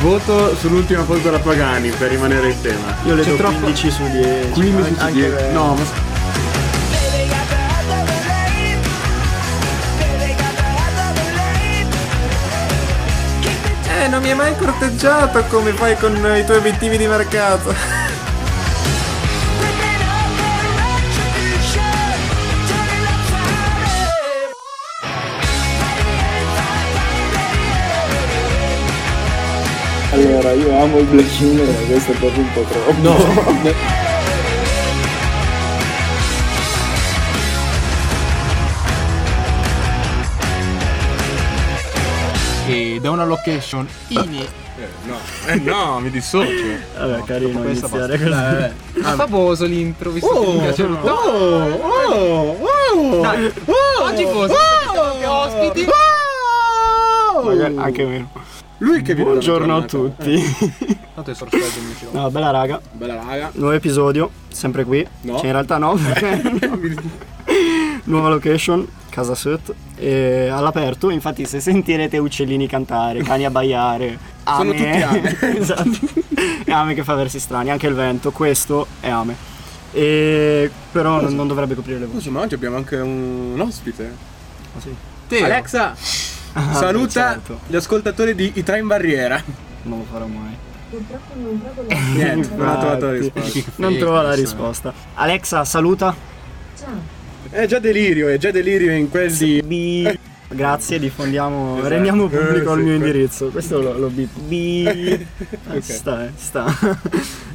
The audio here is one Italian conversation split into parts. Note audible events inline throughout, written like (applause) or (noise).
Voto sull'ultima foto della Pagani per rimanere in tema. Io le C'è do troppo- 15 su 10. 15 An- su anche 10. lei. No, ma Eh, non mi hai mai corteggiato come fai con eh, i tuoi obiettivi di mercato. Allora, io amo il Black Humor, ma questo è proprio un po' troppo. No. E da una location in... No, eh no, mi dissocio. Vabbè, carino questa iniziare così. Ah, famoso l'intro, visto che mi piace molto. Oh, oh, Dai, Oggi fosse Ah! che ospiti. Magari anche meno. lui che vi Buongiorno a tutti. Tanto è sorpreso, mi dicevo. No, bella raga. Bella raga. Nuovo episodio, sempre qui. No. Cioè, in realtà (laughs) no. perché- Nuova location, casa Sut. E all'aperto, infatti, se sentirete uccellini cantare, cani abbaiare, ame. tutti ame. (laughs) esatto. È ame che fa versi strani, anche il vento, questo è ame. E però non, non dovrebbe coprire le voci. Scusa, ma oggi abbiamo anche un ospite. Teo, Ah, Alexa, saluta certo. gli ascoltatori di I Tre in Barriera. Non lo farò mai. Purtroppo non trovo la (laughs) Niente, non ho trovato la Infatti. risposta. (laughs) Non Sì, trovo la adesso- risposta. Alexa, saluta. Ciao, È già delirio, è già delirio in quel di. Bi. (laughs) Grazie, diffondiamo, rendiamo pubblico Eh, il sì, mio que- indirizzo. Questo lo, lo bip. Bi. (laughs) Eh, Sta, eh, sta. (laughs)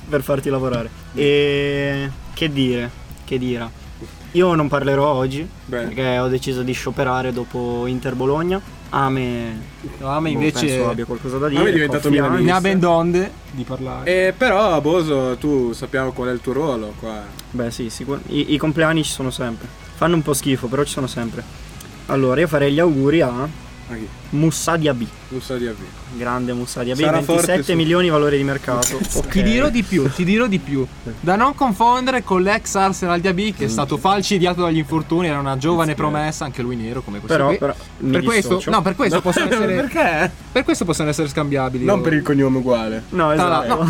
per farti lavorare. E che dire? Che dire? Io non parlerò oggi Bene. perché ho deciso di scioperare dopo Inter Bologna. Ame No, a me boh, penso abbia invece qualcosa da dire. Ame è diventato Coffi milanista. ne anche. ha ben donde di parlare. Eh, però, Boso, tu sappiamo qual è il tuo ruolo qua. Beh, sì, sicur- i, i compleanni ci sono sempre. Fanno un po' schifo, però ci sono sempre. Allora, io farei gli auguri a A chi? Mussa Diaby. Non so di avvio. Grande Mussa Diaby, Sarà forte 27 su- milioni valore di mercato. Ok. Ti dirò di più, ti dirò di più. Da non confondere con l'ex Arsenal di AB che è stato falcidiato dagli infortuni, era una giovane promessa, anche lui nero come questo. Però, qui. però mi per questo, dissocio. no, per questo possono essere Perché? per questo possono essere scambiabili. Non loro. per il cognome uguale. No, esatto. no.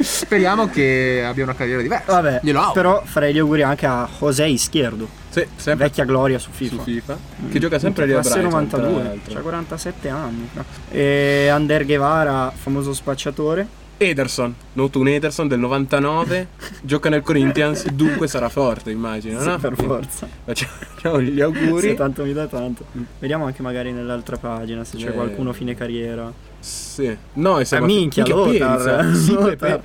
Speriamo che abbia una carriera diversa. (laughs) Vabbè, Glielo auguro. però farei gli auguri anche a José Izquierdo, Sì, sempre vecchia gloria su su FIFA. FIFA. Che gioca sempre lì a Mm. classe Cioè, Brighton. tra 92, l'altro. c'ha 47 anni. no? E Ander Guevara, famoso spacciatore. Ederson, noto un Ederson del (laughs) 99, gioca nel Corinthians, dunque sarà forte, immagino, no? Sì, per forza. Facciamo gli (laughs) auguri. Se tanto mi dà tanto. Vediamo anche magari nell'altra pagina se c'è Eh. qualcuno fine carriera. Sì. Noi siamo Ah, minchia, Minchia, Lothar. Perizza. Stipe Lothar.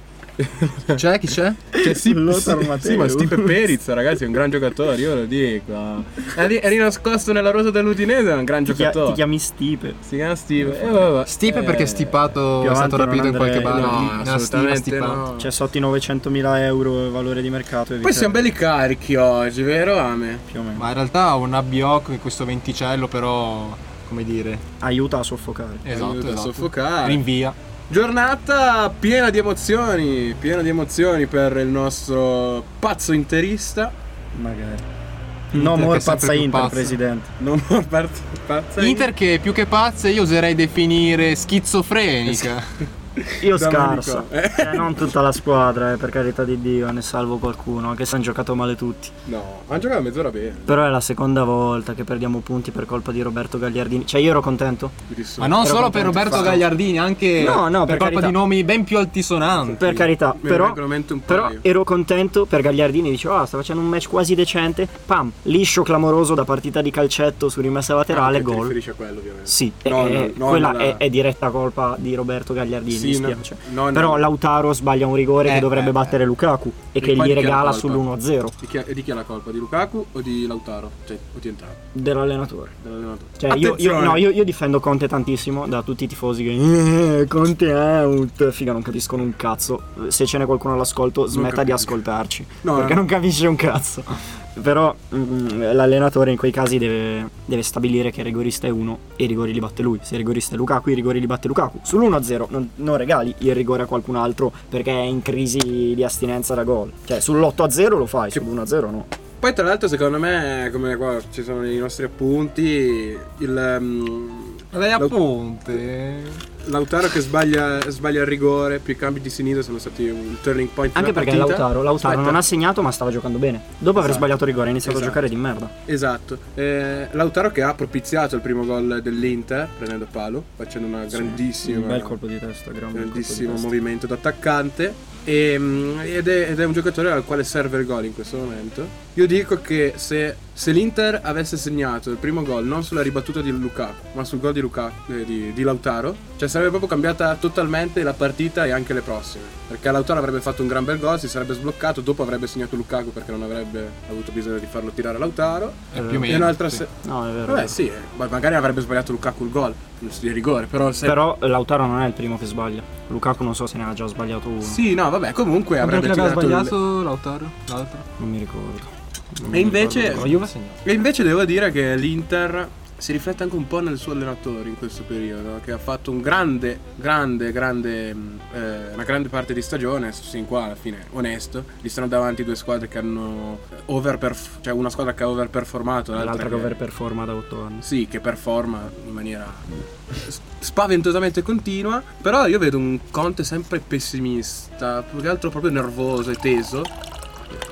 C'è chi c'è? Pe- cioè, sì, Lothar sì, Mateu. sì, ma Stipe Perizza, ragazzi, è un gran giocatore, io lo dico. È, ri- è rinascosto nella rosa dell'Udinese, è un gran Ti, chia- ti giocatore. chiami Stipe. si chiama Stipe. Eh, vabbè. Stipe perché Eh, è stipato, più è stato avanti rapito non in qualche andrei. bar. No, Una assolutamente stiva stipata. no. Cioè sotto i 900.000 euro valore di mercato. e Poi via. siamo belli carichi oggi, vero Ame? più o meno. Ma in realtà un abbioc questo venticello però come dire, Aiuta a soffocare. esatto, Aiuta a esatto. soffocare. Rinvia. Giornata piena di emozioni, piena di emozioni per il nostro pazzo interista. Magari. No, Inter che è more sempre pazza più Inter, pazza. (laughs) presidente. Non ho parte pazza. Inter che più che pazze io oserei definire schizofrenica. Io Dammi scarsa. di qua. Cioè, non tutta la squadra, eh, per carità di Dio, ne salvo qualcuno, anche se hanno giocato male tutti. No, ma giocava mezz'ora bene. Però è la seconda volta che perdiamo punti per colpa di Roberto Gagliardini. Cioè, io ero contento. mi dissocio. Ma non Però solo per contento, Roberto fatto. Gagliardini, anche No, no, per per colpa carità. di nomi ben più altisonanti. Per carità, Mi però, vengono in mente un però paio. ero contento per Gagliardini. Dicevo, ah, sta facendo un match quasi decente. Pam, liscio clamoroso da partita di calcetto su rimessa laterale, Ah, Perché ti gol. riferisci a quello, ovviamente. Sì, No, eh, no, eh, no, quella no. è, è diretta colpa di Roberto Gagliardini. Sì, mi no, spiace. no, no. Però Lautaro sbaglia un rigore Eh, che dovrebbe eh, battere Lukaku e E che poi gli di chi è la regala colpa? sull'1-0 Di chi, è- di chi è la colpa? Di Lukaku o di Lautaro? Cioè, o di entrambi? dell'allenatore. Dell'allenatore. Cioè, io, io- Attenzione! no, io- io difendo Conte tantissimo da tutti i tifosi che. "Eh, Conte out. Figa, non capiscono un cazzo. Se ce n'è qualcuno all'ascolto, smetta di capisco. ascoltarci. No, perché no. non capisce un cazzo. Però mm, l'allenatore in quei casi deve, deve stabilire che il rigorista è uno e i rigori li batte lui. Se il rigorista è Lukaku, i rigori li batte Lukaku. Sull'1-0 non, non regali il rigore a qualcun altro perché è in crisi di astinenza da gol. Cioè, sull'8-0 lo fai, sull'1-0 no. Poi, tra l'altro, secondo me, come qua ci sono i nostri appunti, il. ehm, Dai Lau- appunti. Lautaro che sbaglia, sbaglia il rigore, più i cambi di sinistra sono stati un turning point. Anche della perché partita. Lautaro, Lautaro Aspetta. non ha segnato ma stava giocando bene. Dopo aver Esatto. sbagliato rigore ha iniziato Esatto. a giocare di merda. Esatto, Eh, Lautaro che ha propiziato il primo gol dell'Inter prendendo palo, facendo una grandissima, Un bel colpo di testa, gran bel colpo di grandissimo testa. movimento d'attaccante e, mm, ed, è, ed è un giocatore al quale serve il gol in questo momento. Io dico che se, se l'Inter avesse segnato il primo gol non sulla ribattuta di Lukaku, ma sul gol di, Lukaku- eh, di, di Lautaro, cioè sarebbe proprio cambiata totalmente la partita e anche le prossime. Perché Lautaro avrebbe fatto un gran bel gol, si sarebbe sbloccato, dopo avrebbe segnato Lukaku perché non avrebbe avuto bisogno di farlo tirare a Lautaro. Eh, più o E meno. un'altra sì. se- No, è vero. Vabbè, sì, eh, ma magari avrebbe sbagliato Lukaku il gol di rigore, però se Però Lautaro non è il primo che sbaglia. Lukaku non so se ne ha già sbagliato uno. Sì, no, vabbè, comunque Quanto avrebbe che aveva tirato il- sbagliato Lautaro? L'altro? Non mi ricordo. Non E mi invece- ricordo. La Juve E invece devo dire che l'Inter si riflette anche un po' nel suo allenatore in questo periodo, che ha fatto un grande, grande, grande, mh, eh, una grande parte di stagione, sin qua alla fine, onesto. Gli stanno davanti due squadre che hanno overperf- cioè una squadra che ha overperformato, l'altra, L'altra che overperforma da 8 anni. Sì, che performa in maniera s- spaventosamente continua, però io vedo un Conte sempre pessimista, più che altro proprio nervoso e teso.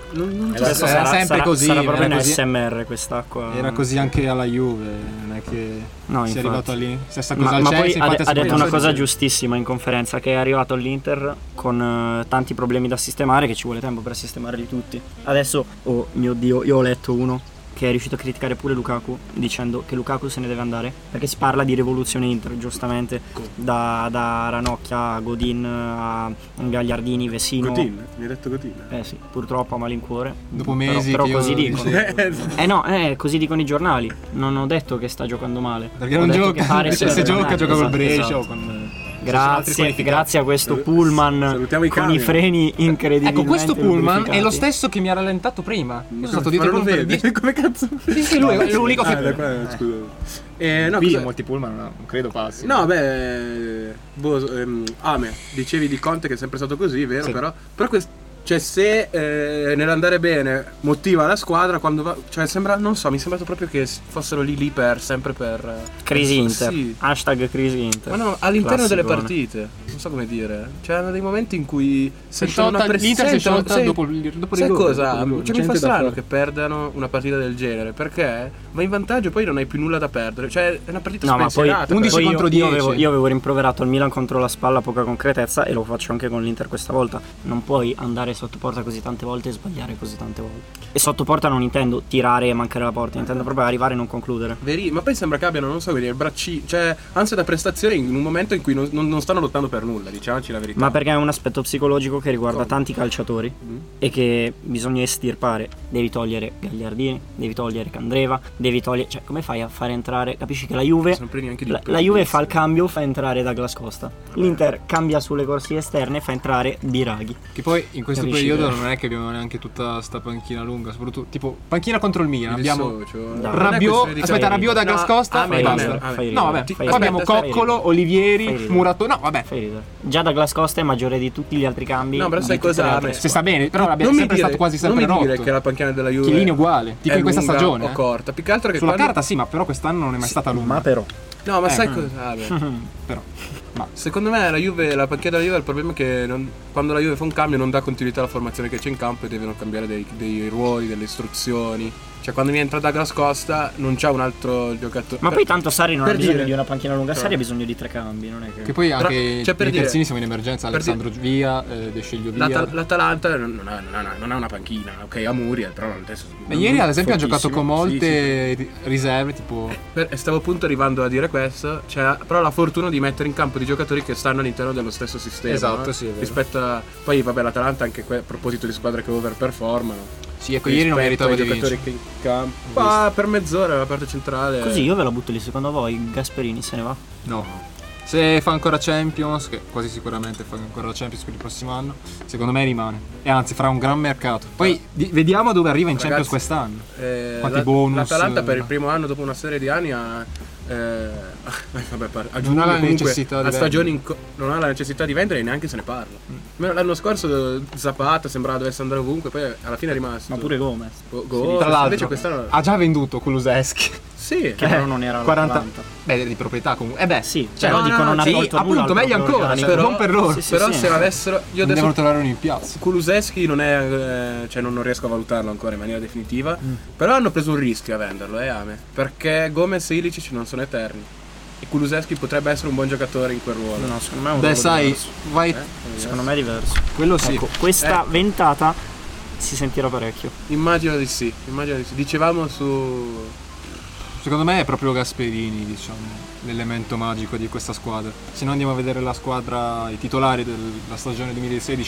Non, non so la- se- era sempre così, Sarà proprio era una così. SMR quest'acqua. Era così anche alla Juve, non è che No, sia infatti. arrivato lì. Stessa cosa Ma, al ma Chelsea, poi ha, infatti ha è detto una sempre- cosa giustissima in conferenza che è arrivato all'Inter con eh, tanti problemi da sistemare che ci vuole tempo per sistemarli tutti adesso oh mio dio io ho letto uno che è riuscito a criticare pure Lukaku dicendo che Lukaku se ne deve andare perché si parla di rivoluzione Inter giustamente da, da Ranocchia a Godin a Gagliardini Vesino Coutinho, mi hai detto Cotin. eh sì purtroppo a malincuore Dopo Però- mesi però, che io così dicono dicevo- esatto. eh no, eh, così dicono i giornali. Non ho detto che sta giocando male. Perché Ho non detto gioca, che pare invece sia (laughs) se gioca allenante. gioca col Esatto, Brescia esatto. o con... altri Grazie, qualificati. grazie a questo Salut- pullman salutiamo i con i camion. (laughs) freni incredibili. Ecco, questo pullman è lo stesso che mi ha rallentato prima. Io sono stato Ma dietro non con lo per vedi? 10 (laughs) Come cazzo? Sì, sì, lui è l'unico Ah, che... da qua, scusa. Eh, no, Qui cosa- molti pullman non non credo passi. Esatto. no, beh, boh, ehm, Ame, dicevi di Conte che è sempre stato così, vero? Sì. Però, però quest- cioè, se eh, nell'andare bene motiva la squadra, quando va, cioè, sembra, non so, mi è sembrato proprio che fossero lì lì per sempre per eh, Crisi Inter. eh. Sì. Hashtag Crisi Inter. Ma no, all'interno delle Classicone. partite, non so come dire, c'erano dei momenti in cui Si è sentono una sciolta- pressione. L'Inter si è sciolta dopo il dopo il Sai rigore, dopo cosa? il rigore. Cioè, mi fa strano che perdano una partita del genere perché vai in vantaggio e poi non hai più nulla da perdere. Cioè, è una partita No, ma poi, spensierata. poi- 11 poi io- contro io, 10. avevo, io avevo rimproverato il Milan contro la spalla poca concretezza e lo faccio anche con l'Inter questa volta. Non puoi andare sotto porta così tante volte e sbagliare così tante volte. E sotto porta non intendo tirare e mancare la porta, intendo proprio arrivare e non concludere. Veri- ma poi sembra che abbiano, non so, vedi, il braccino, cioè ansia da prestazione in un momento in cui non, non- non stanno lottando per nulla, diciamoci la verità. Ma perché è un aspetto psicologico che riguarda Come? tanti calciatori Oh. Mm. e che bisogna estirpare. Devi togliere Gagliardini, devi togliere Candreva, devi togliere. Cioè, come fai a fare entrare? Capisci che la Juve. Non prendi neanche di La, più, la Juve fa il penso. cambio, fa entrare Douglas Costa. L'Inter cambia sulle corsie esterne, fa entrare Biraghi. Che poi in questo Capisci periodo che- non è che abbiamo neanche tutta sta panchina lunga, soprattutto tipo panchina contro il Milan, Il socio- abbiamo No. cioè, Non è Rabiot, questione di- aspetta, Fai Rabiot da No, Costa Amen, e Amen, basta. Amen. Fai No, ridere, vabbè, fai poi ridere, abbiamo fai ridere. Coccolo, Fai Olivieri, ridere. Murato. No, vabbè. Fai ridere. Già Douglas Costa è maggiore di tutti gli altri cambi. Eh, No, però di sai tutte le cosa, altre Amen? Se squadre. sta bene, però l'abbiamo non mi sempre dire- stato quasi sempre non mi dire rotto. che la panchina della Juve Chiellini è uguale, tipo è in questa lunga stagione, o eh. corta. Più che altro che Sulla quando- carta sì, ma però quest'anno non è mai stata lunga. Ma però. No, ma Eh. sai cosa? Ah, beh. però. Ma Secondo me la Juve, la panchina della Juve, il problema è che non- quando la Juve fa un cambio non dà continuità alla formazione che c'è in campo e devono cambiare dei, dei ruoli, delle istruzioni. Cioè quando mi entra Douglas Costa non c'è un altro giocatore. Ma poi tanto Sari non per ha bisogno dire- di una panchina lunga, Cioè. Sari ha bisogno di tre cambi, non è che. che poi Però, anche cioè, per i dire- terzini siamo in emergenza, per dire- Alessandro via, eh, De Sceglio via. L'Ata- L'Atalanta non, non ha, non ha- non ha una panchina, ok, ha Muriel, però non adesso... Ma ieri ad esempio ha giocato con Fortissimo, molte ri- riserve, tipo Per- stavo appunto arrivando a dire questo, cioè, però la fortuna di mettere in campo dei giocatori che stanno all'interno dello stesso sistema. Esatto, no? sì, è vero. Rispetto a... Poi vabbè l'Atalanta anche que- a proposito di squadre che overperformano. Sì, ecco, ieri non Rispetto meritava ai di giocatori vincere. che in campo... Ma per mezz'ora la parte centrale... Così io ve la butto lì, secondo voi Gasperini se ne va? No. Se fa ancora Champions, che quasi sicuramente fa ancora la Champions per il prossimo anno, secondo me rimane. E anzi, farà un gran mercato. Poi di- vediamo dove arriva in Ragazzi, Champions quest'anno. Eh, Quanti la- bonus, L'Atalanta eh, per il primo anno dopo una serie di anni ha... eh, (laughs) vabbè, par- a Non giugno ha la comunque, necessità di Mm. a stagioni in co- non ha la necessità di vendere e neanche se ne parla. Almeno L'anno scorso eh, Zapata sembrava dovesse andare ovunque, poi alla fine è rimasto. Ma pure Gomez. Go- Tra Gomez, oh, invece l'altro, quest'anno ha già venduto Kuluseschi. Sì. Che Eh, però non era 40. 40. Beh, di proprietà comunque. Eh beh, Sì, Cioè, però no, dico no, non ha sì, tolto appunto, nulla. al meglio proprio ancora, organico. cioè, non per loro. Sì, sì, Però sì. se l'avessero. Io non adesso. devono trovare un piazza. Kulusevski non è. eh, cioè non, non riesco a valutarlo ancora in maniera definitiva. Mm. Però hanno preso un rischio a venderlo, eh, Ame. Perché Gomez e Ilicic non sono eterni. E Kulusevski potrebbe essere un buon giocatore in quel ruolo. No, secondo me è un Beh, ruolo sai, diverso. Eh, vai. Secondo me è diverso. Quello sì. Eh. Ecco, questa ventata si sentirà parecchio. Immagino di sì, immagino di sì. Dicevamo su. Secondo me è proprio Gasperini, diciamo, l'elemento magico di questa squadra. Se noi andiamo a vedere la squadra, i titolari della stagione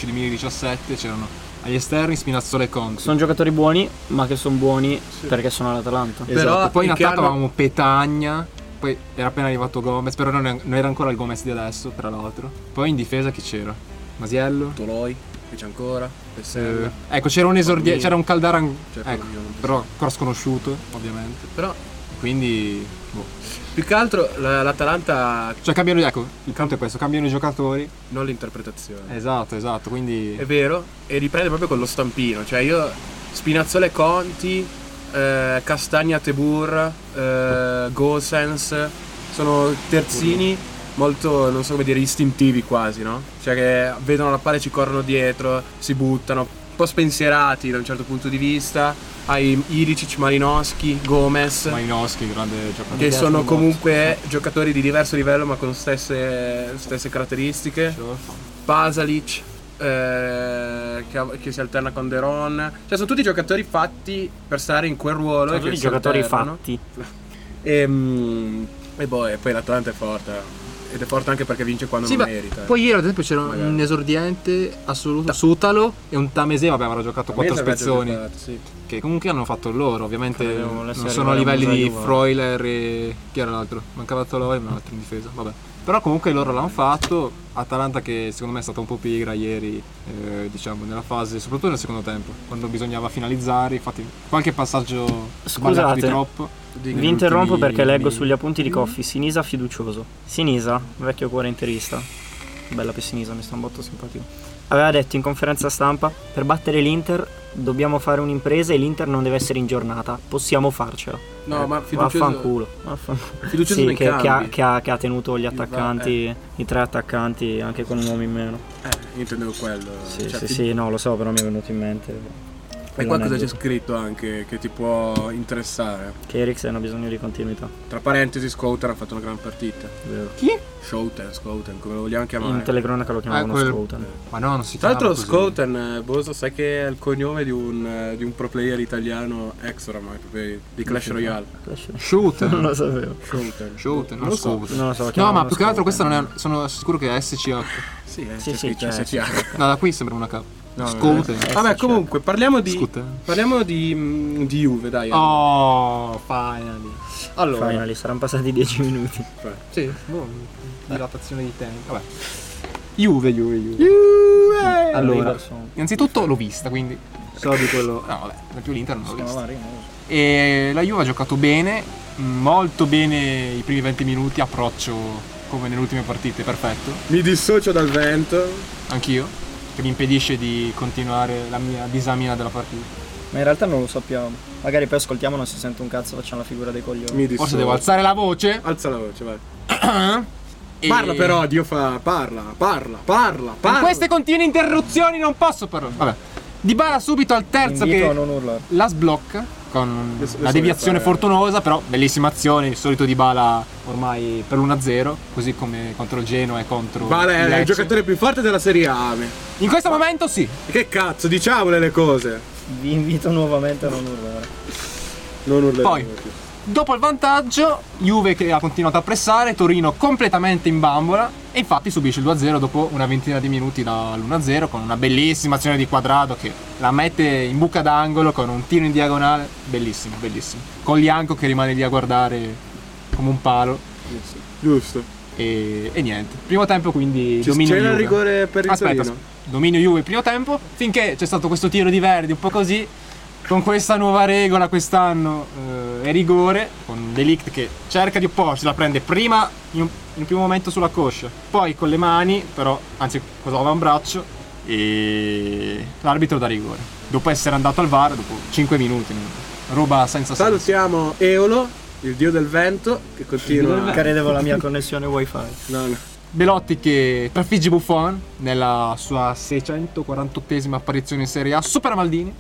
2016-2017, c'erano agli esterni Spinazzola e Conte. Sono giocatori buoni, ma che sono buoni perché sono all'Atalanta. Esatto. Però poi in il che attacco hanno- avevamo Petagna, poi era appena arrivato Gomez, però non, è- non era ancora il Gomez di adesso, tra l'altro. Poi in difesa chi c'era? Masiello? Toloi, che c'è ancora. Pessella. Eh, ecco, c'era un esordiente, Forlì. c'era un Caldaran, Cioè, ecco, Forlì, io non penso. però ancora sconosciuto, ovviamente. Però Quindi, boh. più che altro la- l'Atalanta Cioè cambiano, ecco, il punto è questo, cambiano i giocatori. non l'interpretazione. Esatto, esatto, quindi... È vero, e riprende proprio con lo stampino. Cioè io Spinazzola e Conti, eh, Castagna Tebur, eh, Gosens, sono terzini molto, non so come dire, istintivi quasi, no? Cioè che vedono la palla e ci corrono dietro, si buttano, un po' spensierati da un certo punto di vista. Hai Ilicic, Malinowski, Gomez. Malinowski, grande giocatore. che sono Molto. comunque giocatori di diverso livello ma con stesse, stesse caratteristiche. Pasalic eh, che, ha- che si alterna con Deron. Cioè, sono tutti giocatori fatti per stare in quel ruolo. Sono e che tutti si Esatto. giocatori alternano. fatti. E, mm, e boh, e poi l'Atalanta è forte. Ed è forte anche perché vince quando Sì, non ma merita. eh. poi ieri ad esempio c'era Magari. un esordiente assoluto, Sutalo e un Tamese, vabbè avrà giocato quattro Mese avrebbe spezzoni, giocato, sì. che comunque hanno fatto loro, ovviamente Credevo non volesse sono a arrivare a livelli di Musaiova. Freuler e... chi era l'altro? Mancava Toloi ma un altro in difesa, vabbè. Però comunque loro l'hanno fatto, Atalanta che secondo me è stata un po' pigra ieri, eh, diciamo, nella fase, soprattutto nel secondo tempo, quando bisognava finalizzare, infatti qualche passaggio sbagliato di Scusate. troppo. Vi interrompo perché leggo sugli appunti di Coffi. Sinisa fiducioso. Sinisa, vecchio cuore interista. Bella per Sinisa, mi sta un botto simpatico. Aveva detto in conferenza stampa: per battere l'Inter dobbiamo fare un'impresa e l'Inter non deve essere in giornata. Possiamo farcela. No, ma fiducioso, Eh, Vaffanculo. Vaffanculo. fiducioso Sì, nei che, che ha, cambi. che ha- che ha tenuto gli Il va- attaccanti, i tre attaccanti, anche con un uomo in meno. Eh, io intendevo quello. Sì, Cioè, sì, fi- sì, no, lo so, però mi è venuto in mente. E qua cosa c'è quell'aneddoto, scritto anche che ti può interessare? Che Eriksen ha bisogno di continuità. Tra parentesi, Scouten ha fatto una gran partita. vero. Ah, ecco. Schouten, Schouten, come lo vogliamo chiamare. In telecronaca lo chiamavano quello- Scouten. Ma no, non si Tra l'altro chiamava Ah, così. Scouten, eh, Boso, sai che è il cognome di un, eh, di un pro player italiano ex oramai, proprio di Clash Royale. Shooter. (laughs) Non lo sapevo. Schouten. Shooter, non lo so. Scouten. Non lo so. No, chiamavano ma più che altro questa Scouten. non è. Sono sicuro che è SCH. Sì, eh, Sì, c'è sì, scritto c'è, SCH. certo. No, da qui sembra una K. No, Scouten. eh, Vabbè, comunque, parliamo di... Scouten. Parliamo di, mm, di Juve, dai. Oh, finally. Allora, Finally, saranno passati 10 minuti. sì, boh, dilatazione di tempo. Vabbè. Juve, Juve, Juve. Allora, Sono innanzitutto l'ho vista, quindi. so di quello. No, vabbè, per più l'Inter non l'ho vista. Sì, E la Juve ha giocato bene, molto bene i primi 20 minuti, approccio come nelle ultime partite, perfetto. Mi dissocio dal vento. Anch'io, che mi impedisce di continuare la mia disamina della partita. Ma in realtà non lo sappiamo. Magari poi ascoltiamo, non si sente un cazzo, facciamo la figura dei coglioni. Mi dissocio. Forse devo alzare la voce. Alza la voce, vai. e- Parla però, Dio fa... Parla, parla, parla, Con parla. queste continue interruzioni non posso parlare. Vabbè. Dibala subito al terzo Invito che a non urlare. la sblocca con Le so- le una so deviazione fare- fortunosa, però bellissima azione, il solito Dibala ormai per l'1-0, così come contro il Genoa e contro Vale, il è il Lecce. giocatore più forte della Serie A. me. In questo momento sì. Che cazzo, diciamole le cose. Vi invito nuovamente a non urlare. Non urlare. Poi. Dopo il vantaggio, Juve che ha continuato a pressare, Torino completamente in bambola e infatti subisce il 2-0 dopo una ventina di minuti dall'1-0 con una bellissima azione di quadrato che la mette in buca d'angolo con un tiro in diagonale, bellissimo, bellissimo. Con Lianco che rimane lì a guardare come un palo Giusto. Giusto. e, e niente. Primo tempo quindi Ci- dominio C'era il Juve. rigore per il Aspetta, Torino. as- dominio Juve primo tempo, finché c'è stato questo tiro di Verdi un po' così, con questa nuova regola quest'anno eh, è rigore, con Delict che cerca di opporsi, la prende prima in un, in un primo momento sulla coscia, poi con le mani, però, anzi con l'avambraccio, e l'arbitro dà rigore. Dopo essere andato al VAR, dopo 5 minuti, ruba senza senso. Salutiamo Eolo il dio del vento che continua. Credevo la mia connessione wifi. No, no. Belotti che trafigge Buffon nella sua 648esima apparizione in Serie A, supera Maldini.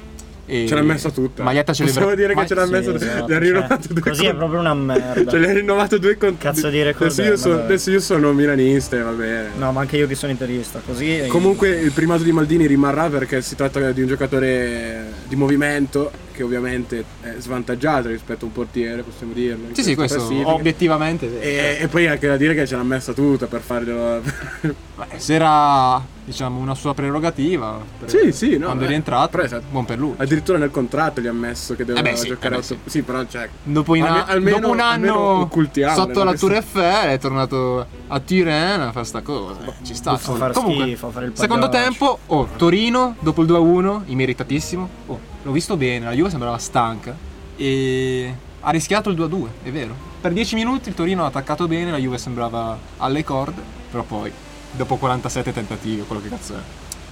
E Ce l'ha messa tutta. Maglietta celebra- Possiamo dire che ma- ce l'ha sì, messa esatto, Ne ha rinnovato cioè, due così è con- proprio una merda. Cioè, ne ha rinnovato due con. Cazzo di record Adesso è, io, sono, vabbè. adesso io sono milanista, e va bene. No, ma anche io che sono interista, così. Comunque il primato di Maldini rimarrà perché si tratta di un giocatore di movimento che ovviamente è svantaggiato rispetto a un portiere, possiamo dirlo. in Sì, sì, questa questo classifica. obiettivamente. Eh, E, e poi anche da dire che ce l'ha messa tutta per farglielo. Beh, Se era diciamo una sua prerogativa. per- Sì, sì, no, Quando eh, è rientrato, però esatto. buon per lui. (laughs) Addirittura nel contratto gli ha messo che doveva beh, sì, giocare eh beh, otto- sì. però cioè. Dopo, in- Alme- almeno- dopo un almeno anno occultiamole, sotto la perché- Tour Eiffel è tornato a Tirena a fare sta cosa. eh, ci sta. Boh, fa fare Comunque, schifo, fare il secondo pagliaccio. tempo, oh, Torino dopo il 2-1, immeritatissimo. Oh, l'ho visto bene, la Juve sembrava stanca e ha rischiato il 2-2, è vero. Per 10 minuti il Torino ha attaccato bene, la Juve sembrava alle corde, però poi dopo 47 tentativi, o quello che cazzo è.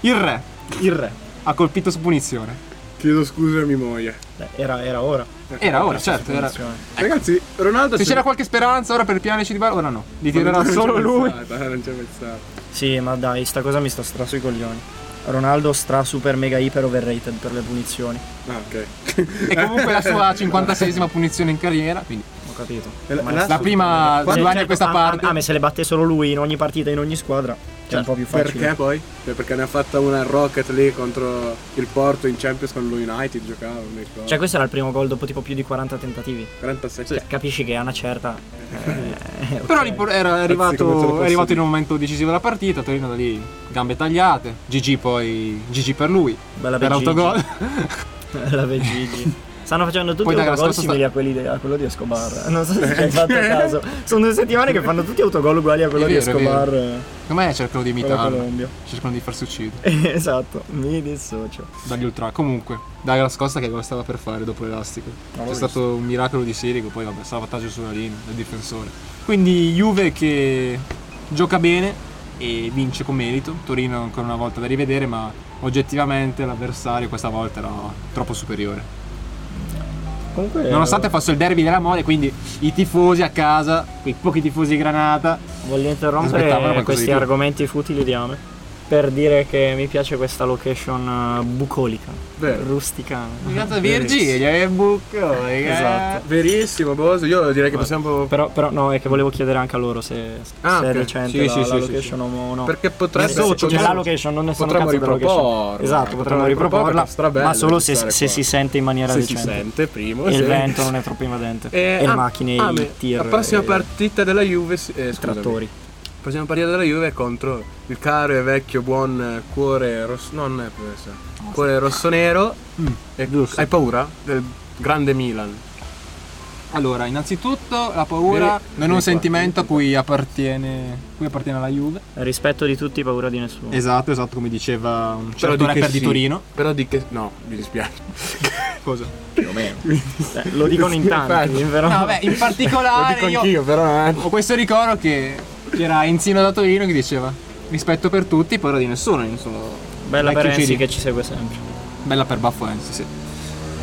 Il re, il re ha colpito su punizione. Chiedo scusa a mia moglie. Ecco. Beh, era, era ora. Era ora, certo, era Ragazzi, Ronaldo Se se- c'era qualche speranza ora per pianici di Bala, ora no. Li Ma non tirerà ci ho solo lui. pensato, eh, Non ci ho pensato. Sì, ma dai, sta cosa mi sta stra sui coglioni. Ronaldo stra super mega iper overrated per le punizioni. Ah, ok. E comunque la sua 56esima punizione in carriera. Quindi Ho capito. E la- Ma la- la prima Cioè, due anni certo, a questa a- parte. Certo. A, a me se le batte solo lui in ogni partita, in ogni squadra, è un po' più facile. Perché poi? Cioè, perché ne ha fatta una Rocket lì contro il Porto in Champions con lo United giocava, non mi ricordo. Cioè, questo era il primo gol dopo tipo più di 40 tentativi. 46. Cioè, capisci che è una certa. eh, Però ok. l'impor- come era se lo arrivato, fosse è arrivato in detto. un momento decisivo della partita, Torino da lì gambe tagliate, GG poi GG per lui, Bella per per Gigi. (laughs) autogol. (laughs) La Vegigi. Stanno facendo tutti Poi dai, la autogol scorsa simili a, quelli de- a quello di Escobar. Non so se ci hai (laughs) fatto caso. Sono due settimane che fanno tutti autogol uguali a quello È di vero, è Escobar eh, Secondo me cercano di con la imitarlo, Colombia. (laughs) cercano di farsi uccidere esatto, mi dissocio. dagli ultra. Comunque, dai la scossa che gol stava per fare dopo l'elastico. C'è stato un miracolo di Sirico, poi vabbè, salvataggio sulla linea del difensore. Quindi Juve che gioca bene e vince con merito. Torino ancora una volta da rivedere, ma oggettivamente l'avversario questa volta era troppo superiore. Comunque, Nonostante fosse il derby della mole, quindi i tifosi a casa, quei pochi tifosi di Granata, voglio aspettavano interrompere qualcosa di questi più. argomenti futili di Ame per dire che mi piace questa location eh, bucolica, Vero. rusticana. Cazzo, Virgilio e Bucco. eh. Esatto. Verissimo, Boso. Io direi che possiamo Però, però no, è che volevo chiedere anche a loro se, se Ah, è ok. recente Sì, la, sì, la sì, sì, location o o no. perché Nel potrebbe senso, potrebbe- c'è la location, non ne sono potremmo cazzo della location. riproporla. Esatto, potremmo riproporla, perché è strabella ma solo se, questa se qua. si sente in maniera se si decente. sente primo E sì. il vento non è troppo invadente. Eh, e le ah, macchine, ah, i beh, tir, la prossima e partita della Juve si- eh, i scusami. trattori. la prossima partita della Juve è contro il caro e vecchio buon eh, cuore rosso non è questo, cuore rossonero Mm, e, hai paura del grande Milan Cioè, Allora, innanzitutto la paura Vedi? non è un Ecco, sentimento a cui appartiene, cui appartiene la Juve. Rispetto di tutti, paura di nessuno. Eh, Esatto, esatto, come diceva un Però certo rapper che di sì. Torino. però di che no mi dispiace Cosa? Eh, lo (laughs) dicono in tanti, però. No, (laughs) vabbè, in particolare Ah, io però eh. ho questo ricordo che c'era Enzino da Torino che diceva rispetto per tutti, paura di nessuno, insomma. Bella Vecchio per Enzi CD. che ci segue sempre. Bella per Baffo Enzi, sì.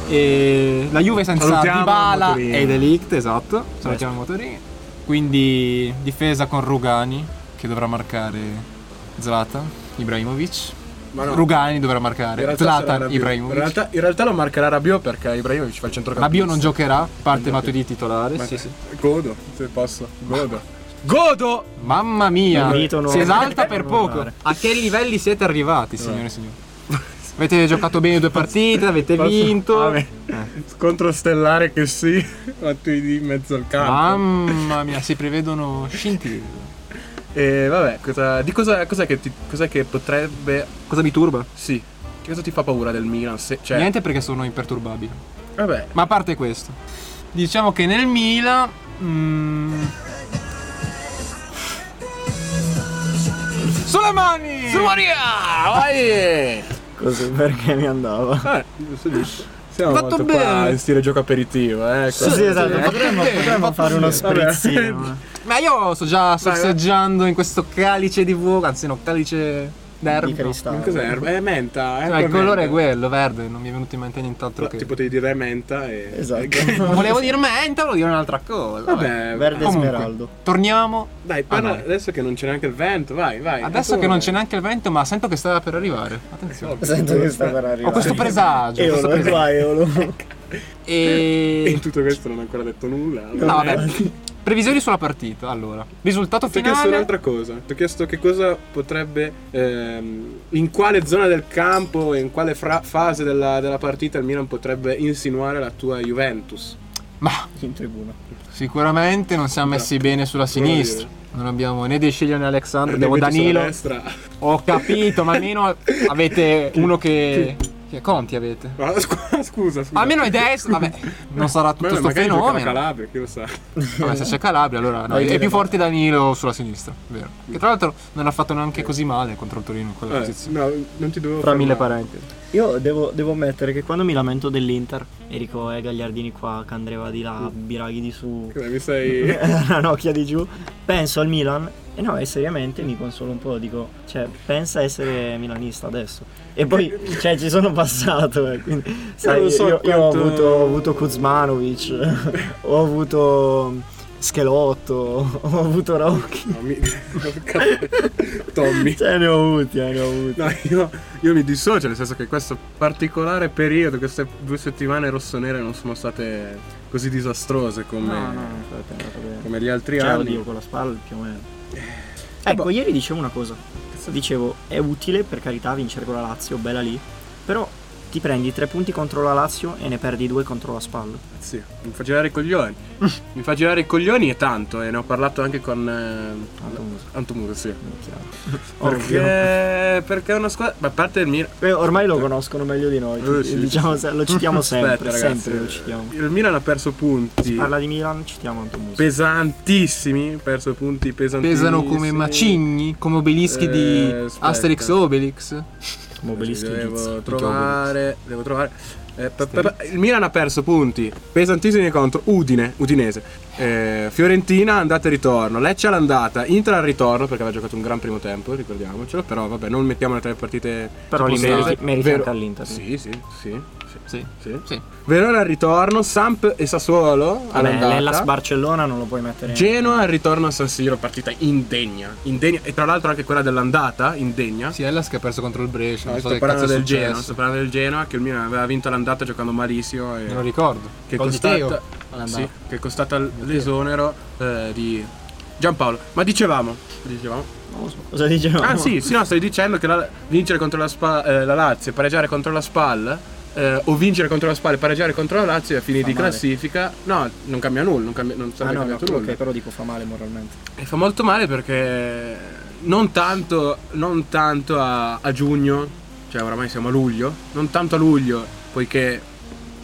E la Juve senza Salutiamo Dybala Motorini. Certo. e Delict, esatto. Salutiamo Motorini. Quindi difesa con Rugani che dovrà marcare Zlatan Ibrahimovic. Ma Ah, no. Rugani dovrà In marcare realtà sarà Zlatan Rabiot. In Ibrahimovic. realtà, in realtà lo marcherà Rabiot perché Ibrahimovic fa il centrocampista. Rabiot non giocherà, parte Matuidi titolare. Ma- sì, sì. Godo, se posso. (laughs) Godo. Godo! Mamma mia, Invito non- si esalta per non poco. andare. A che livelli siete arrivati, signore e signori? Avete giocato bene due partite, avete vinto. Eh. Vabbè. Scontro stellare che sì, (laughs) ma tu in mezzo al campo. Mamma mia, si prevedono scintille. E vabbè, cosa, di cosa, cos'è che ti, cos'è che potrebbe... Cosa mi turba? Sì, che cosa ti fa paura del Milan? Se, cioè, Niente perché sono imperturbabili. Vabbè, Ma a parte questo, diciamo che nel Milan. mm, Sulle mani! Vai! Così perché mi andava. Eh, giusto, giusto. Siamo Fatto molto bene. qua in stile gioco aperitivo, eh. Sì, sì, esatto, sì, potremmo, sì, potremmo sì, fare uno sì, vabbè. sprizzino. eh, Ma io sto già sorseggiando in questo calice di vuoto, anzi no, calice d'erba. di cristallo. Ma cos'è? Erba- È menta. Cioè, il colore è quello, verde, non mi è venuto in mente nient'altro che... Ti potevi dire menta e... (laughs) (laughs) Esatto. Volevo dire menta, volevo dire un'altra cosa. Vabbè, Verde Comunque. smeraldo. Torniamo. Dai, parla Ah, dai. adesso che non c'è neanche il vento, vai, vai. Adesso che non c'è neanche il vento, ma sento che sta per arrivare. Attenzione. Sento che sta per arrivare. Ho questo presagio. questo Eolo, è presagio. qua (laughs) Eolo. E (laughs) in E... tutto questo non ho ancora detto nulla. No, vabbè. Previsioni sulla partita, allora. Risultato Ti ho chiesto finale. un'altra cosa, ti ho chiesto che cosa potrebbe, ehm, in quale zona del campo, e in quale fra- fase della, della partita il Milan potrebbe insinuare la tua Juventus. Ma In tribuna. sicuramente non siamo messi Esatto. bene sulla sinistra. Non abbiamo né De Sciglio né Alexandro, abbiamo Vedi sulla Danilo. destra. (laughs) Ho capito, ma almeno avete uno che... che Conti avete. No, Ah, scu- (laughs) scusa, scusa. Almeno è destra, vabbè, non sarà tutto Vabbè, sto magari gioca la fenomeno. Calabria, chi lo sa. Vabbè, se c'è Calabria, allora no, Vai, è dire più no. forte Danilo sulla sinistra, vero? Che tra l'altro non ha fatto neanche così male contro il Torino in quella Eh, posizione. no, non ti dovevo Fra fermare. mille parentesi. Io devo, devo ammettere che quando mi lamento dell'Inter, Enrico è Gagliardini qua, Candreva di là, Biraghi di su, Scusa, mi (laughs) sei... (laughs) Ranocchia di giù, penso al Milan e no, e seriamente mi consolo un po', dico, cioè, pensa a essere milanista adesso. E poi, (laughs) cioè, ci sono passato, eh, quindi, sai, non io, so io ho, quanto- avuto, ho avuto Kuzmanovic, ho avuto Schelotto, (laughs) ho avuto (laughs) Rocchi, No, mi... (laughs) Tommy. cioè, ne ho avuti, eh, ne ho avuti. No, (laughs) io, io mi dissocio, nel senso che questo particolare periodo, queste due settimane rossonere non sono state così disastrose come, No, no, infatti è andato bene. come gli altri Cioè, anni. oddio, con la spalla più o meno. Ecco, ieri dicevo una cosa. Dicevo, è utile per carità vincere con la Lazio, bella lì. Però ti prendi tre punti contro la Lazio e ne perdi due contro la spalla. Sì, mi fa girare i (laughs) coglioni. mi fa girare i coglioni e tanto, e ne ho parlato anche con eh, Antonuso. Antonuso, sì. Ovvio. Perché, perché è una squadra... Ma a parte il Milan... Eh, Ormai lo conoscono meglio di noi. Eh, sì, diciamo, sì, se- Lo citiamo sempre. Aspetta, ragazzi. sempre lo citiamo. Il Milan ha perso punti Parla di Milan, citiamo Antonuso. pesantissimi, ha perso punti pesantissimi. Pesano come macigni, come obelischi di Eh, aspetta. Asterix Obelix. Mobilischi devo Kids. trovare, devo trovare. Eh, pa- pa- pa- il Milan ha perso punti pesantissimi contro Udine, Udinese, eh, Fiorentina andata e ritorno, Lecce all'andata, Inter al ritorno perché aveva giocato un gran primo tempo, ricordiamocelo, però vabbè non mettiamo le tre partite Però li Possiamo- meriti, meriti Vero- anche all'Inter. Sì, sì, sì, sì, Sì. sì. Sì. Verona al ritorno, Samp e Sassuolo Vabbè, all'andata. l'Ellas Barcellona non lo puoi mettere. Genoa al ritorno a San Siro, partita indegna, indegna e tra l'altro anche quella dell'andata, indegna. Sì, Hellas che ha perso contro il Brescia. No, non so sto che cazzo parlando è del successo. Genoa, sto parlando del Genoa che il Milan aveva vinto l'andata giocando malissimo e Non lo ricordo. che è Gol di costata, Teo all'andata. sì, che è costata l'esonero eh, di Giampaolo. Ma dicevamo, dicevamo Non lo so. Cosa dicevamo? Ah sì, sì, no, stai dicendo che la- vincere contro la, Spa- eh, la Lazio e pareggiare contro la SPAL eh, o vincere contro la SPAL e pareggiare contro la Lazio a fine Fa di male. classifica, no, non cambia nulla, non, cambia, non Ah sarebbe no, no, cambiato nulla. ok, però dico fa male moralmente. E fa molto male perché non tanto, non tanto a, a giugno, cioè oramai siamo a luglio, non tanto a luglio, poiché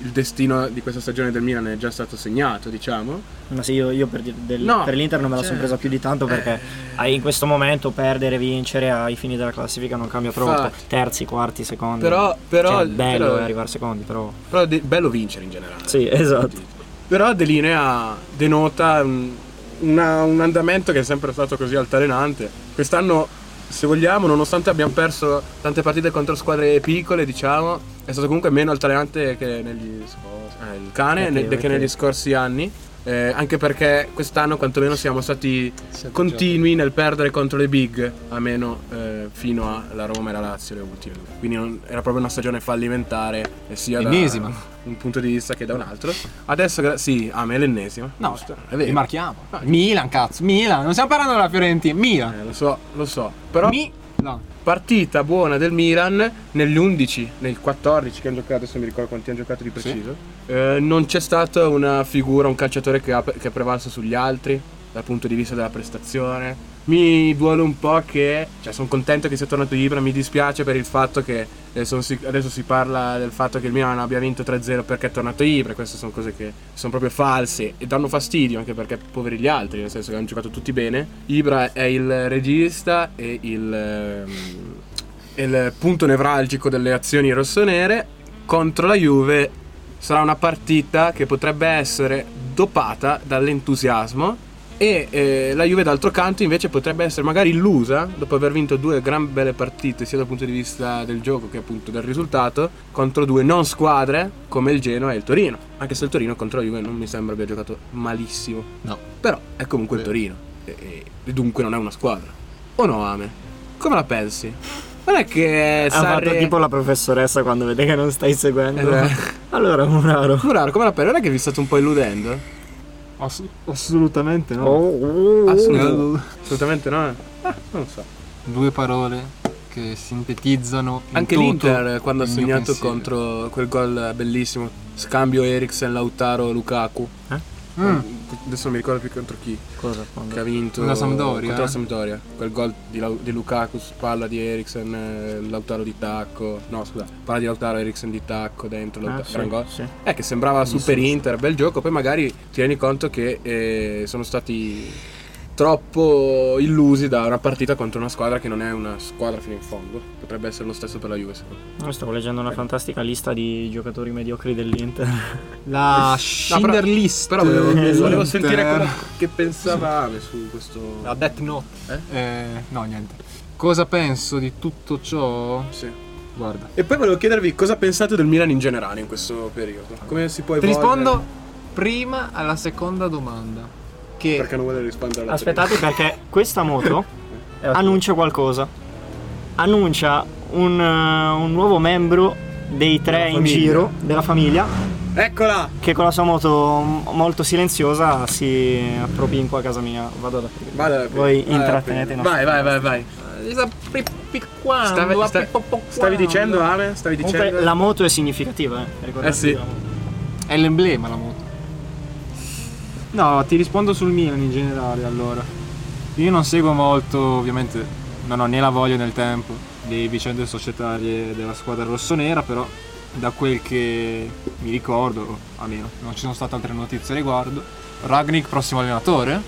il destino di questa stagione del Milan è già stato segnato, diciamo. Ma sì, io, io per, dire- del- No, per l'Inter non me la cioè, sono presa più di tanto perché ai- in questo momento perdere, vincere ai fini della classifica non cambia troppo. Infatti. Terzi, quarti, secondi. Però- però- Cioè, è bello però- arrivare secondi, però. Però è de- bello vincere in generale. Sì, esatto. Però delinea, denota un, una- un andamento che è sempre stato così altalenante. Quest'anno, se vogliamo, nonostante abbiamo perso tante partite contro squadre piccole, diciamo, è stato comunque meno altalenante che negli, scor- eh, il cane, Ok, ne- che ok. negli scorsi anni. Eh, anche perché quest'anno quantomeno siamo stati Siete continui nel perdere contro le big, almeno eh, fino alla Roma e la Lazio le ultime. Quindi non- era proprio una stagione fallimentare, eh, sia da Ennesima. un punto di vista che da un altro. Adesso, gra- sì, a me è l'ennesima. No, giusto? è li vero. marchiamo. Milan, cazzo, Milan. Non stiamo parlando della Fiorentina, Milan. Eh, lo so, lo so. Però Milan. partita buona del Milan negli 11, nel 14 che hanno giocato, adesso non mi ricordo quanti hanno giocato di preciso. Eh, non c'è stata una figura, un calciatore che, ha, che è prevalso sugli altri dal punto di vista della prestazione. Mi duole un po' che, cioè sono contento che sia tornato Ibra, mi dispiace per il fatto che eh, sono sic- adesso si parla del fatto che il Milan abbia vinto 3-0 perché è tornato Ibra, queste sono cose che sono proprio false e danno fastidio anche perché poveri gli altri, nel senso che hanno giocato tutti bene. Ibra Cioè, è il regista e il... ehm, è il punto nevralgico delle azioni rossonere contro la Juve sarà una partita che potrebbe essere dopata dall'entusiasmo E eh, la Juve d'altro canto invece potrebbe essere magari illusa dopo aver vinto due gran belle partite sia dal punto di vista del gioco che appunto del risultato contro due non squadre come il Genoa e il Torino. Anche se il Torino contro la Juve non mi sembra abbia giocato malissimo. No. Però è comunque il Torino e, e dunque non è una squadra. O no Ame? Come la pensi? Non è che Ha fatto Sarri... tipo la professoressa quando vede che non stai seguendo. Eh. (laughs) Allora, Muraro. Muraro, come la pensi? Non è che vi state un po' illudendo? Ass- Ah, assolutamente no. Oh. Assolutamente, assolutamente Uh, no. eh. Ah, non so. Due parole che sintetizzano in Anche toto l'Inter quando ha il mio segnato pensiero. contro quel gol bellissimo, scambio Eriksen, Lautaro, Lukaku. Mm. Adesso non mi ricordo più contro chi. Cosa? Che ha vinto La Sampdoria, contro la eh? Sampdoria. Quel gol di, Lau- di Lukaku su palla di Eriksen, eh, Lautaro di tacco. No, scusa, palla di Lautaro, Eriksen di tacco dentro, Lautaro, Ah, gran gol. sì, sì. Eh, che sembrava super Inter, bel gioco, poi magari ti rendi conto che eh, sono stati troppo illusi da una partita contro una squadra che non è una squadra fino in fondo. Potrebbe essere lo stesso per la Juve, secondo me. Io Stavo leggendo una fantastica lista di giocatori mediocri dell'Inter. La No, Schindler List. Però volevo, Esatto. volevo sentire Eh, Inter. cosa, che pensava Ave su questo... La Death Note. Eh, no, niente. Cosa penso di tutto ciò? Sì. Guarda. E poi volevo chiedervi cosa pensate del Milan in generale in questo periodo. Come si può Ti evolvere? rispondo prima alla seconda domanda. Che Perché non vuole rispondere alla Aspettate perché (laughs) questa moto Eh, annuncia qualcosa. Annuncia un, eh, un nuovo membro dei tre in famiglia. giro della famiglia prima. Eccola! che con la sua moto m- molto silenziosa si appropinqua a casa mia. Vado ad aprire. Vada, apri. Voi Vai, intrattenete apri. i nostri- Vai, vai, vai, vai. eh, Stavi, sta- stavi dicendo, Ame? Stavi Comunque dicendo? la moto è significativa, eh. ricordatevi Eh sì. della moto. È l'emblema la moto. No, ti rispondo sul Milan in generale allora. Io non seguo molto, ovviamente non ho né la voglia nel tempo di vicende societarie della squadra rossonera, però da quel che mi ricordo, o almeno non ci sono state altre notizie a riguardo. Ragnik prossimo allenatore?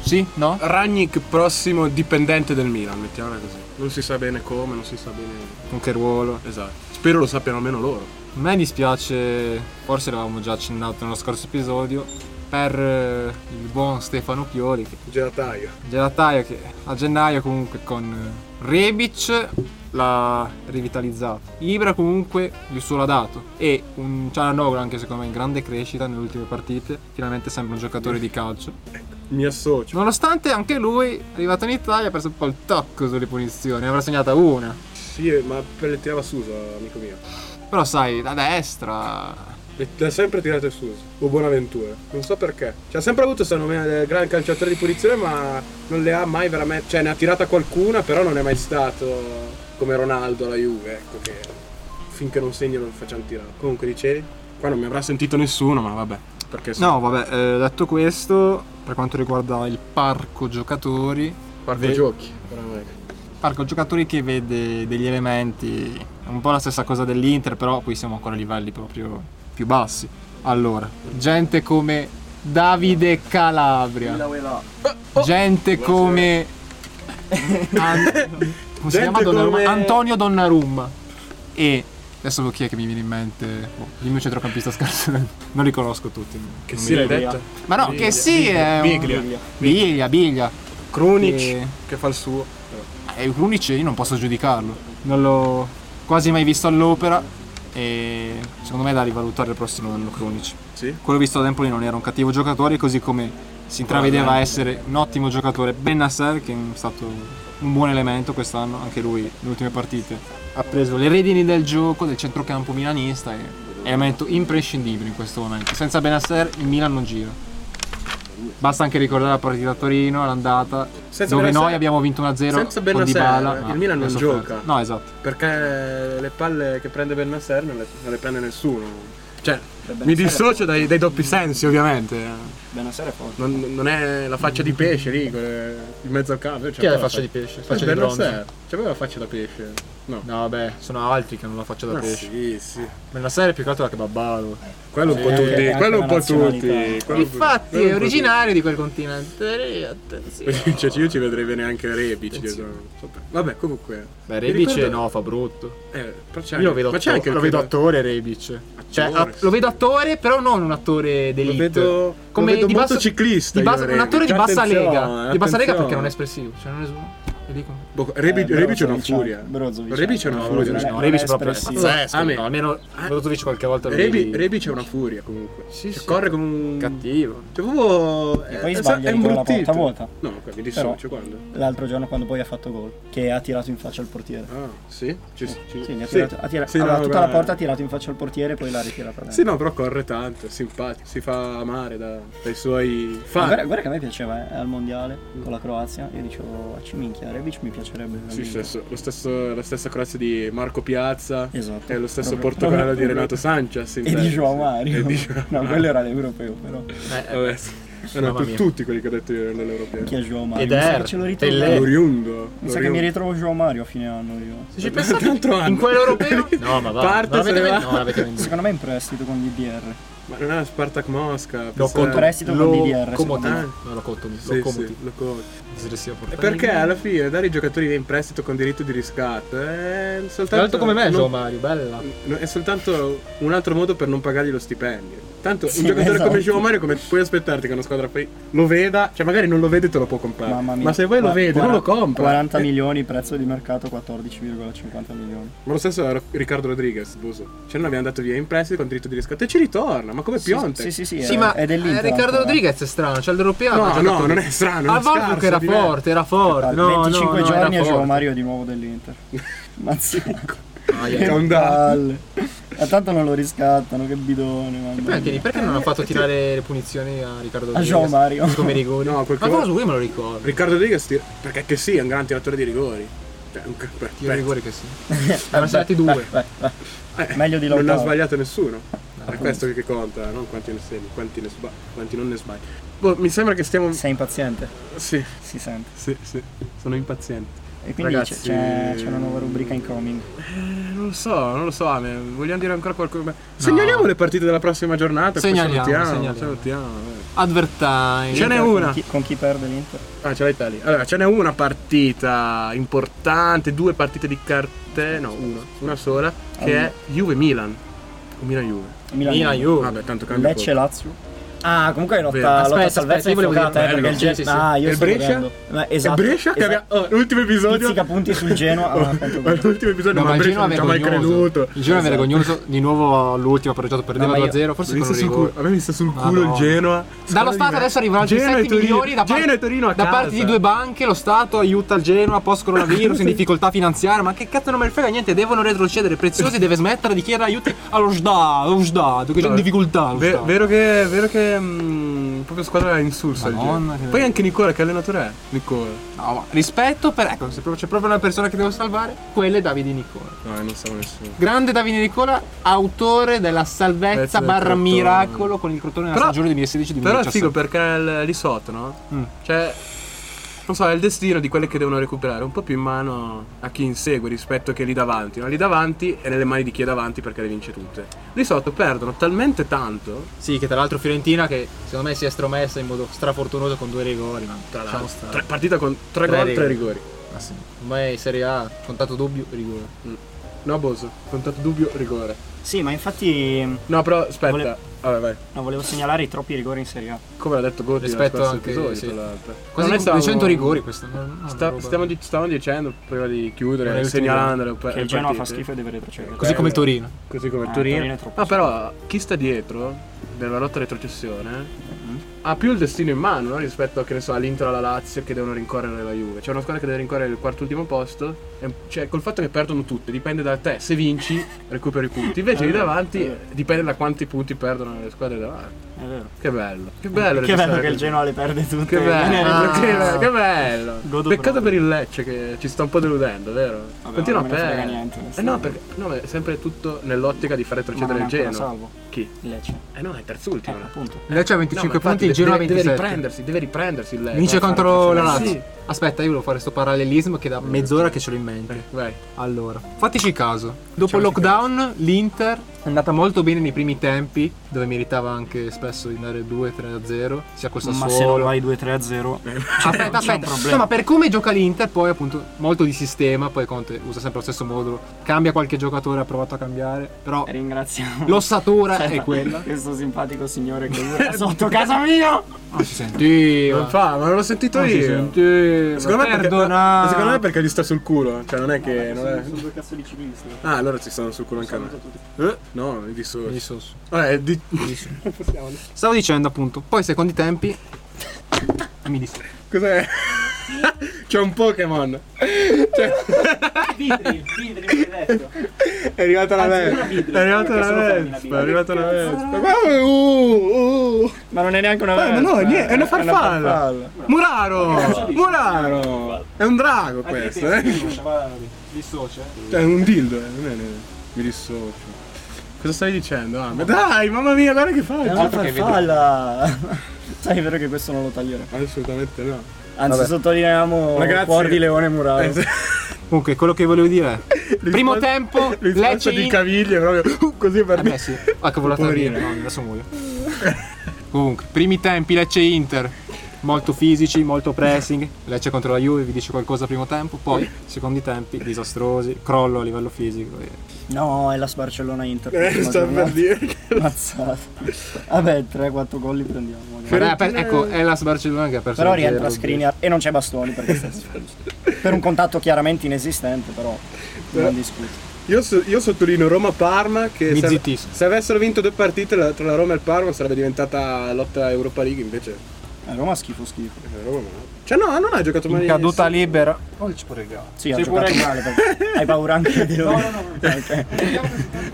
Sì? No? Ragnic prossimo dipendente del Milan, mettiamola così. Non si sa bene come, non si sa bene. Con che ruolo? Esatto. Spero lo sappiano almeno loro. A me dispiace, forse l'avevamo già accennato nello scorso episodio, per eh, il buon Stefano Pioli che Gelataio. Gelataio che a gennaio comunque con eh, Rebic l'ha rivitalizzato. Ibra comunque il suo l'ha dato e un Cialanoglu anche secondo me in grande crescita nelle ultime partite, finalmente sembra un giocatore di calcio. Mi associo. Nonostante anche lui, arrivato in Italia, ha preso un po' il tocco sulle punizioni, ne avrà segnata una. Sì, ma per le tirava Susa, amico mio. Però sai, da destra Le le ha sempre tirate Susa. O Buonaventura. Non so perché. Cioè, ha sempre avuto secondo me del gran calciatore di punizione, ma non le ha mai veramente. Cioè, ne ha tirata qualcuna, però non è mai stato come Ronaldo alla Juve, ecco che finché non segna non facciamo tirare. Comunque dicevi? Qua non mi avrà sentito nessuno, ma vabbè. Perché No, vabbè, eh, detto questo, per quanto riguarda il parco giocatori, Parco Ve- giochi. veramente. parco giocatori che vede degli elementi, è un po' la stessa cosa dell'Inter, però qui siamo ancora a livelli proprio più bassi. Allora, gente come Davide Calabria, Eh, oh. gente come (laughs) An- come si Gente chiama Donnarumma? come- Antonio Donnarumma e adesso chi è che mi viene in mente? Oh, dimmi un centrocampista scarso, (laughs) non li conosco tutti. Che Non sì, mi- l'hai Biglia. detto. Ma no, che sì, è un- Biglia. Biglia, Biglia. Krunic Sì. che fa il suo. E Krunic io non posso giudicarlo. Non l'ho quasi mai visto all'opera e secondo me è da rivalutare il prossimo anno Krunic. Sì. Quello visto da Empoli non era un cattivo giocatore, così come si intravedeva essere un ottimo giocatore Ben Nasser, che è stato un buon elemento quest'anno, anche lui nelle ultime partite ha preso le redini del gioco del centrocampo milanista e è elemento imprescindibile in questo momento. Senza Benasser il Milan non gira. Basta anche ricordare la partita a Torino, l'andata, Senza dove Bennacer- noi abbiamo vinto 1-0 senza con Bennacer, Dybala. il ma Milan non abbiamo sofferto. gioca. No, esatto. Perché le palle che prende Ben Nasser non le, non le prende nessuno. Cioè, mi dissocio dai, dai doppi sensi, ovviamente. Buonasera forte. Non, non è la faccia di pesce lì, quelle- in mezzo al campo. Cioè, Chi è la però faccia di pesce? eh, Faccia di Ben bronzo. Nasser. Cioè, aveva la faccia da pesce. No. No, vabbè, sono altri che non la faccia da Ah, pesce. sì, sì. Benasser è più che altro la kebabbaro. Quello un po' anche- tutti. anche Quello un la po' tutti. nazionalità. quello un po'- quello un po' di quel continente. Attenzione. tutti. (laughs) Cioè, io ci vedrei bene anche Rebic. dietro. Vabbè, comunque. Eh, Beh, Mi Rebic ricordo- no, fa brutto. Eh, però c'è Io lo vedo, ma c'è atto- anche il lo vedo credo- attore Rebic. Cioè, Attore, a- lo vedo attore, però non un attore Lo d'elite. vedo, lo vedo di molto bassa- ciclista. di io, bassa- un Rebic. attore di bassa Attenzione, lega. Di bassa lega perché non è attenzione. espressivo. Cioè, non è solo. E dico- Boh, Rebic, Eh, Rebic è una Brozovic, furia. Brozovic. Rebic è una No, furia. Brozovic cioè. no. Rebic è proprio espressivo. pazzesco, Ah, me- no? almeno Brozovic qualche volta lo Rebi- vedi Eh, Rebic è una furia comunque. Sì, Cioè, sì. Corre con un. cattivo. Cioè, proprio. E È, poi è- sbaglia è di quella porta imbruttito. vuota. No, qua, mi Però- dissocio cioè, quando. L'altro giorno quando poi ha fatto gol, che ha tirato in faccia al portiere. Ah, sì? Ci, ci- Sì, gli ha tirato, ha tira- Sì, allora, no, tutta la vabbè. porta ha tirato in faccia al portiere e poi l'ha ritirata dentro. Sì, no, però corre tanto, è simpatico, si fa amare da- dai suoi Ma fan. Guarda, guarda che a me piaceva eh, al mondiale con la Croazia. Io dicevo, "Ah, ci minchia, Rebic mi piacerebbe. Sì, veramente." stesso- lo stesso, la stessa croazia di Marco Piazza Esatto. e lo stesso Proprio- Portogallo di (laughs) proprio- Renato Sanchez. E di Joao Mario. E di Joao no, quello era l'europeo, però. (laughs) eh. Vabbè, sì. (laughs) No, no, Mamma tu- mia. tutti quelli che ho detto io nell'europeo. Chi è Joao Mario? Ed Mi sa era, che ce lo ritrovo. Pelé. Mi L'Oriundo. sa che (laughs) mi ritrovo Joao Mario a fine anno io. (laughs) Se ci pensate, L'altro anno. in quell'europeo? No, ma va. Parte, non l'avete se ne mai- va. no, l'avete mai- Secondo me è in prestito con DDR. Ma non è Spartak Mosca. Lo pensa- conto prestito lo con DDR, comodo. secondo me. No, lo conto, Sì, lo sì, comuti. lo conto. Dislessia portata. E Perché alla fine dare i giocatori in prestito con diritto di riscatto eh, è Tra soltanto... l'altro come me, non- Gio Mario, bella. No, È soltanto un altro modo per non pagargli lo stipendio. Tanto Sì, un giocatore esatto. come Gio Mario, come puoi aspettarti che una squadra poi lo veda? Cioè, magari non lo vede, te lo può comprare. Mamma mia. Eh, Ma se voi lo Qua- vede, non lo quaranta- compra. 40 Eh, milioni, prezzo di mercato 14,50 milioni. Ma lo stesso era Riccardo Rodriguez, Buso. Cioè, non abbiamo dato via in prestito con diritto di riscatto e ci ritorna. Ma come Pionte? Sì, sì, sì. Sì, è, ma è dell'Inter. eh, Riccardo ancora. Rodriguez è strano, cioè l'europeo. No, ha giocato no, bene. non è strano, Al è scarso, Wolfsburg era è diverso. forte, era forte. No, Guarda, 25 no, no, giorni e era Joao forte. Mario di nuovo dell'Inter. Mazzico. Aia. Che un danno. palle. Ma tanto non lo riscattano, che bidone. mamma E poi anche lì, mia. perché non ha fatto tirare le punizioni a Riccardo A Rodriguez? Joao Mario. Come (laughs) rigori? No, quel Ma cavolo- quello su cui me lo ricordo. Riccardo Rodriguez, ti- perché che sì, è un gran tiratore di rigori. Cioè, un per- Tiro per- i rigori (laughs) che sì. Erano stati due. Beh, beh. eh, meglio di Non ha Lautaro. sbagliato nessuno. È questo che conta, non quanti ne segni, quanti, ne sba- quanti non ne sbagli. Boh, mi sembra che stiamo. Sei impaziente, Sì, si sente. sì, sì. Sono impaziente. E quindi Ragazzi- c'è, c'è- c'è una nuova rubrica incoming. Eh, Non lo so, non lo so, Ame. Vogliamo dire ancora qualcosa? Segnaliamo le partte della prossima giornata. poi Segnaliamo, salutiamo, segnaliamo. salutiamo, eh. Advertime. Ce n'è Con una. chi- con chi perde l'Inter? Ah, ce l'hai tali. Allora, ce n'è una partita importante, due partite di cartella. No, una, una sola, che è Juve-Milan. O Milan-Juve. Milan. Mina, io. Vabbè, tanto cambia Lecce Lazio. Ah, comunque è lotta, Vero. lotta Aspetta, salvezza aspetta, io volevo dire infuocata, eh, perché bello. il Sì, Gen- sì, sì. Ah, io E il sto Brescia? vedendo. Ma esatto. E Brescia che esatto. abbiamo... oh, l'ultimo episodio... Pizzica punti sul Genoa, ma (laughs) tanto bene. l'ultimo episodio, No, ma, ma Brescia il Genoa non ci ha mai vergognoso. creduto. Il Genoa Esatto. vergognoso. Di nuovo all'ultimo pareggiato perdeva No, ma Mi 2-0. Forse con sta un sul rigore. culo- a me mi sta sul Madonna. culo il Genoa. Dallo Stato adesso arrivano altri Genoa e 7 Torino. milioni da, par- Genoa e Torino a da casa. parte di due banche. Lo Stato aiuta il Genoa post coronavirus (laughs) in difficoltà finanziaria. Ma che cazzo non me ne frega niente? Devono retrocedere. Preziosi deve smettere di chiedere aiuti allo Stato. Allo Stato che c'è in difficoltà. Lo Ve- Stato. vero che, vero che mh, proprio squadra insulsa il Madonna, Genoa. che- Poi anche Nicola, che allenatore è? Nicola. No, ma rispetto per. Ecco, se proprio- c'è proprio una persona che devo salvare, quella è Davide Nicola. No, non siamo nessuno. Grande Davide Nicola, autore della salvezza Pezzo del barra crotone. miracolo con il crotone nella Ecco, Però- stagione 2016 Però è 2017 figo perché è il- lì sotto, no? Mm. Cioè, non so, è il destino di quelle che devono recuperare, un po' più in mano a chi insegue rispetto che lì davanti. No? Lì davanti è nelle mani di chi è davanti perché le vince tutte. Lì sotto perdono talmente tanto. Sì, che tra l'altro Fiorentina che secondo me si è stromessa in modo strafortunoso con due rigori, ma tra l'altro. cioè, Tre- partita con tre, Tre gol, tre rigori. rigori. Ma sì. Ormai in Serie A, contato dubbio, rigore. No, Boso, contato dubbio, rigore. Sì, ma infatti No, però aspetta. Vole- Vabbè, vai. no, volevo segnalare i troppi rigori in Serie A. Come l'ha detto Gotti nel Rispetto scorso anche- episodio, sì. tra l'altro. Quasi Noi con stavamo- 200 rigori questo. no, no, sta- roba. stiamo di- stavamo dicendo prima di Non è chiudere, il segnalandolo. Che il Genoa fa schifo e deve retrocedere. Così come il Torino. Così come il Ah, Torino. Torino è troppo Ma però chi sta dietro della lotta retrocessione Mhm. ha più il destino in mano no? rispetto a, che ne so, all'Inter o alla Lazio che devono rincorrere la Juve. C'è una squadra che deve rincorrere il quarto ultimo posto. e- cioè, col fatto che perdono tutte, dipende da te. Se vinci, recuperi i punti. Invece lì davanti eh, dipende da quanti punti perdono le squadre davanti. È vero. Che bello. Che che bello. bello registrare che il così. Genoa le perde tutte. Che Viene bello, Ah. retrocessa. che bello, che bello. Godo Peccato proprio. Ah. per il Lecce che ci sta un po' deludendo, vero? Continua a non me ne frega perdere. niente, Eh no, perché no, ma è sempre tutto nell'ottica di far retrocedere Ma il non è ancora Genoa. salvo. Chi? Il Lecce. Eh no, è terzultimo. Eh, No, appunto. Lecce ha ma 25 infatti punti, il deve- Genoa ha deve, deve 27. riprendersi, deve riprendersi il Lecce. Vince Far contro la retrocedere. Lazio. Aspetta, io volevo fare sto parallelismo che da mezz'ora che ce l'ho in mente. Sì. Eh, Vai. Allora, fateci caso. Dopo il Facciamoci lockdown, l'Inter È andata molto bene nei primi tempi, dove meritava anche spesso di andare 2-3-0, sia col Ma se non Sassuolo. vai 2-3-0, Eh. aspetta, Cioè, c'è un aspetta. problema. No, ma per come gioca l'Inter, poi appunto molto di sistema, poi Conte usa sempre lo stesso modulo, cambia qualche giocatore, ha provato a cambiare, però Ringraziamo. l'ossatura è Certo. (laughs) Aspetta, quella. Certo. (laughs) Questo simpatico signore che (laughs) è sotto casa mia. Non si sentiva. Non fa, ma non l'ho sentito Non si io. sentiva. Secondo me, perché, Perdona. ma secondo me perché gli sta sul culo, cioè non è che... non è- Sono due cazzo di ciclisti. Ah, allora ci stanno sul culo anche a me. Eh? No, di solo. Di sosso. Vabbè, di... Stavo dicendo appunto, poi secondi tempi mi disse Cos'è? C'è un Pokémon. Cioè Vitri, vitri maledetto. È arrivata la vespa. È arrivata la Perché sono femmina, vespa. È bimba. arrivata la vespa. Guarda, uh, uh. Eh, Ma non è neanche una Ah, ma no, niente, è una farfalla. farfalla. Muraro! Muraro! È un drago questo, eh? Dissocia. Cioè, è un dildo, eh? Non è- Mi dissocio. Cosa stavi dicendo? Ah, ma dai, mamma mia, guarda che È una faccio! farfalla. (laughs) Sai, è vero che questo non lo taglierò. Assolutamente no. Anzi, sottolineiamo Ragazzi- cuor di leone murato. Eh, sì. Comunque, quello che volevo dire è primo Risposta- tempo Risposta Lecce di in... caviglie proprio uh, così per Eh beh, sì. Ah, che volata Poverino. dire. No, adesso muoio. Comunque, primi tempi Lecce Inter. Molto fisici, molto pressing. Lecce contro la Juve, vi dice qualcosa primo tempo, poi secondi tempi disastrosi, crollo a livello fisico. e- No, è la Sbarcellona (laughs) Inter. Eh, Ultima sta per giornata. dire. Ammazzata. Vabbè, 3-4 gol li prendiamo. magari. Guarda, ha per- ecco, è la Barcellona che ha perso Però anche rientra Rodri. Skriniar e non c'è Bastoni perché (laughs) sta Per un contatto chiaramente inesistente, però non discuto. Io, so- io sottolineo Roma-Parma che Mi se, zittisco. se avessero vinto due partite la- tra la Roma e il Parma sarebbe diventata lotta Europa League invece Eh, Roma schifo schifo. eh, Roma no. Cioè no, non ha giocato male. In caduta libera. Oggi pure Sì, ha giocato male. perché- Hai paura anche di loro. No, (laughs) no, no.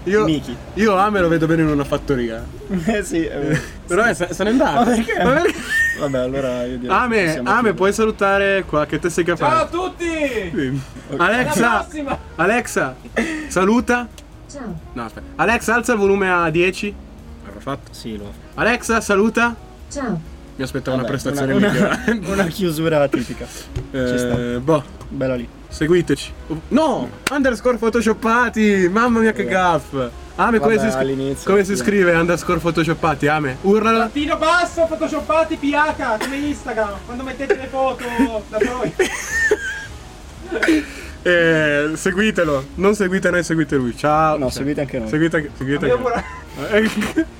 Io, Miki. io Ame lo vedo bene in una fattoria. Eh sì, è vero. Però eh, se, se n'è andato. Ma perché? Ma perché? Vabbè, allora io direi che Ame, siamo Ame, chiusi. puoi salutare qua che te sei capace. Ciao a tutti! Alexa, Alexa, saluta. Ciao. No, aspetta. Alexa, alza il volume a 10. L'avrà fatto. Sì, lo Alexa, saluta. Ciao. Mi aspettavo Vabbè, una prestazione una- migliore. Una chiusura tipica. (laughs) ci sta. Eh, boh, Bella lì. seguiteci. Oh, No! Underscore photoshoppati! Mamma mia che gaff! Ame, come, Eh. Vabbè, si, scri- all'inizio, come si sì. scrive underscore photoshoppati? Ame, urlalo. Tiro basso, photoshoppati, PH, come Instagram, quando mettete le foto da voi. (laughs) Eh, seguitelo. Non seguite noi, seguite lui. Ciao. No, Ciao. seguite anche noi. Seguite anche. Seguite anche. Eh,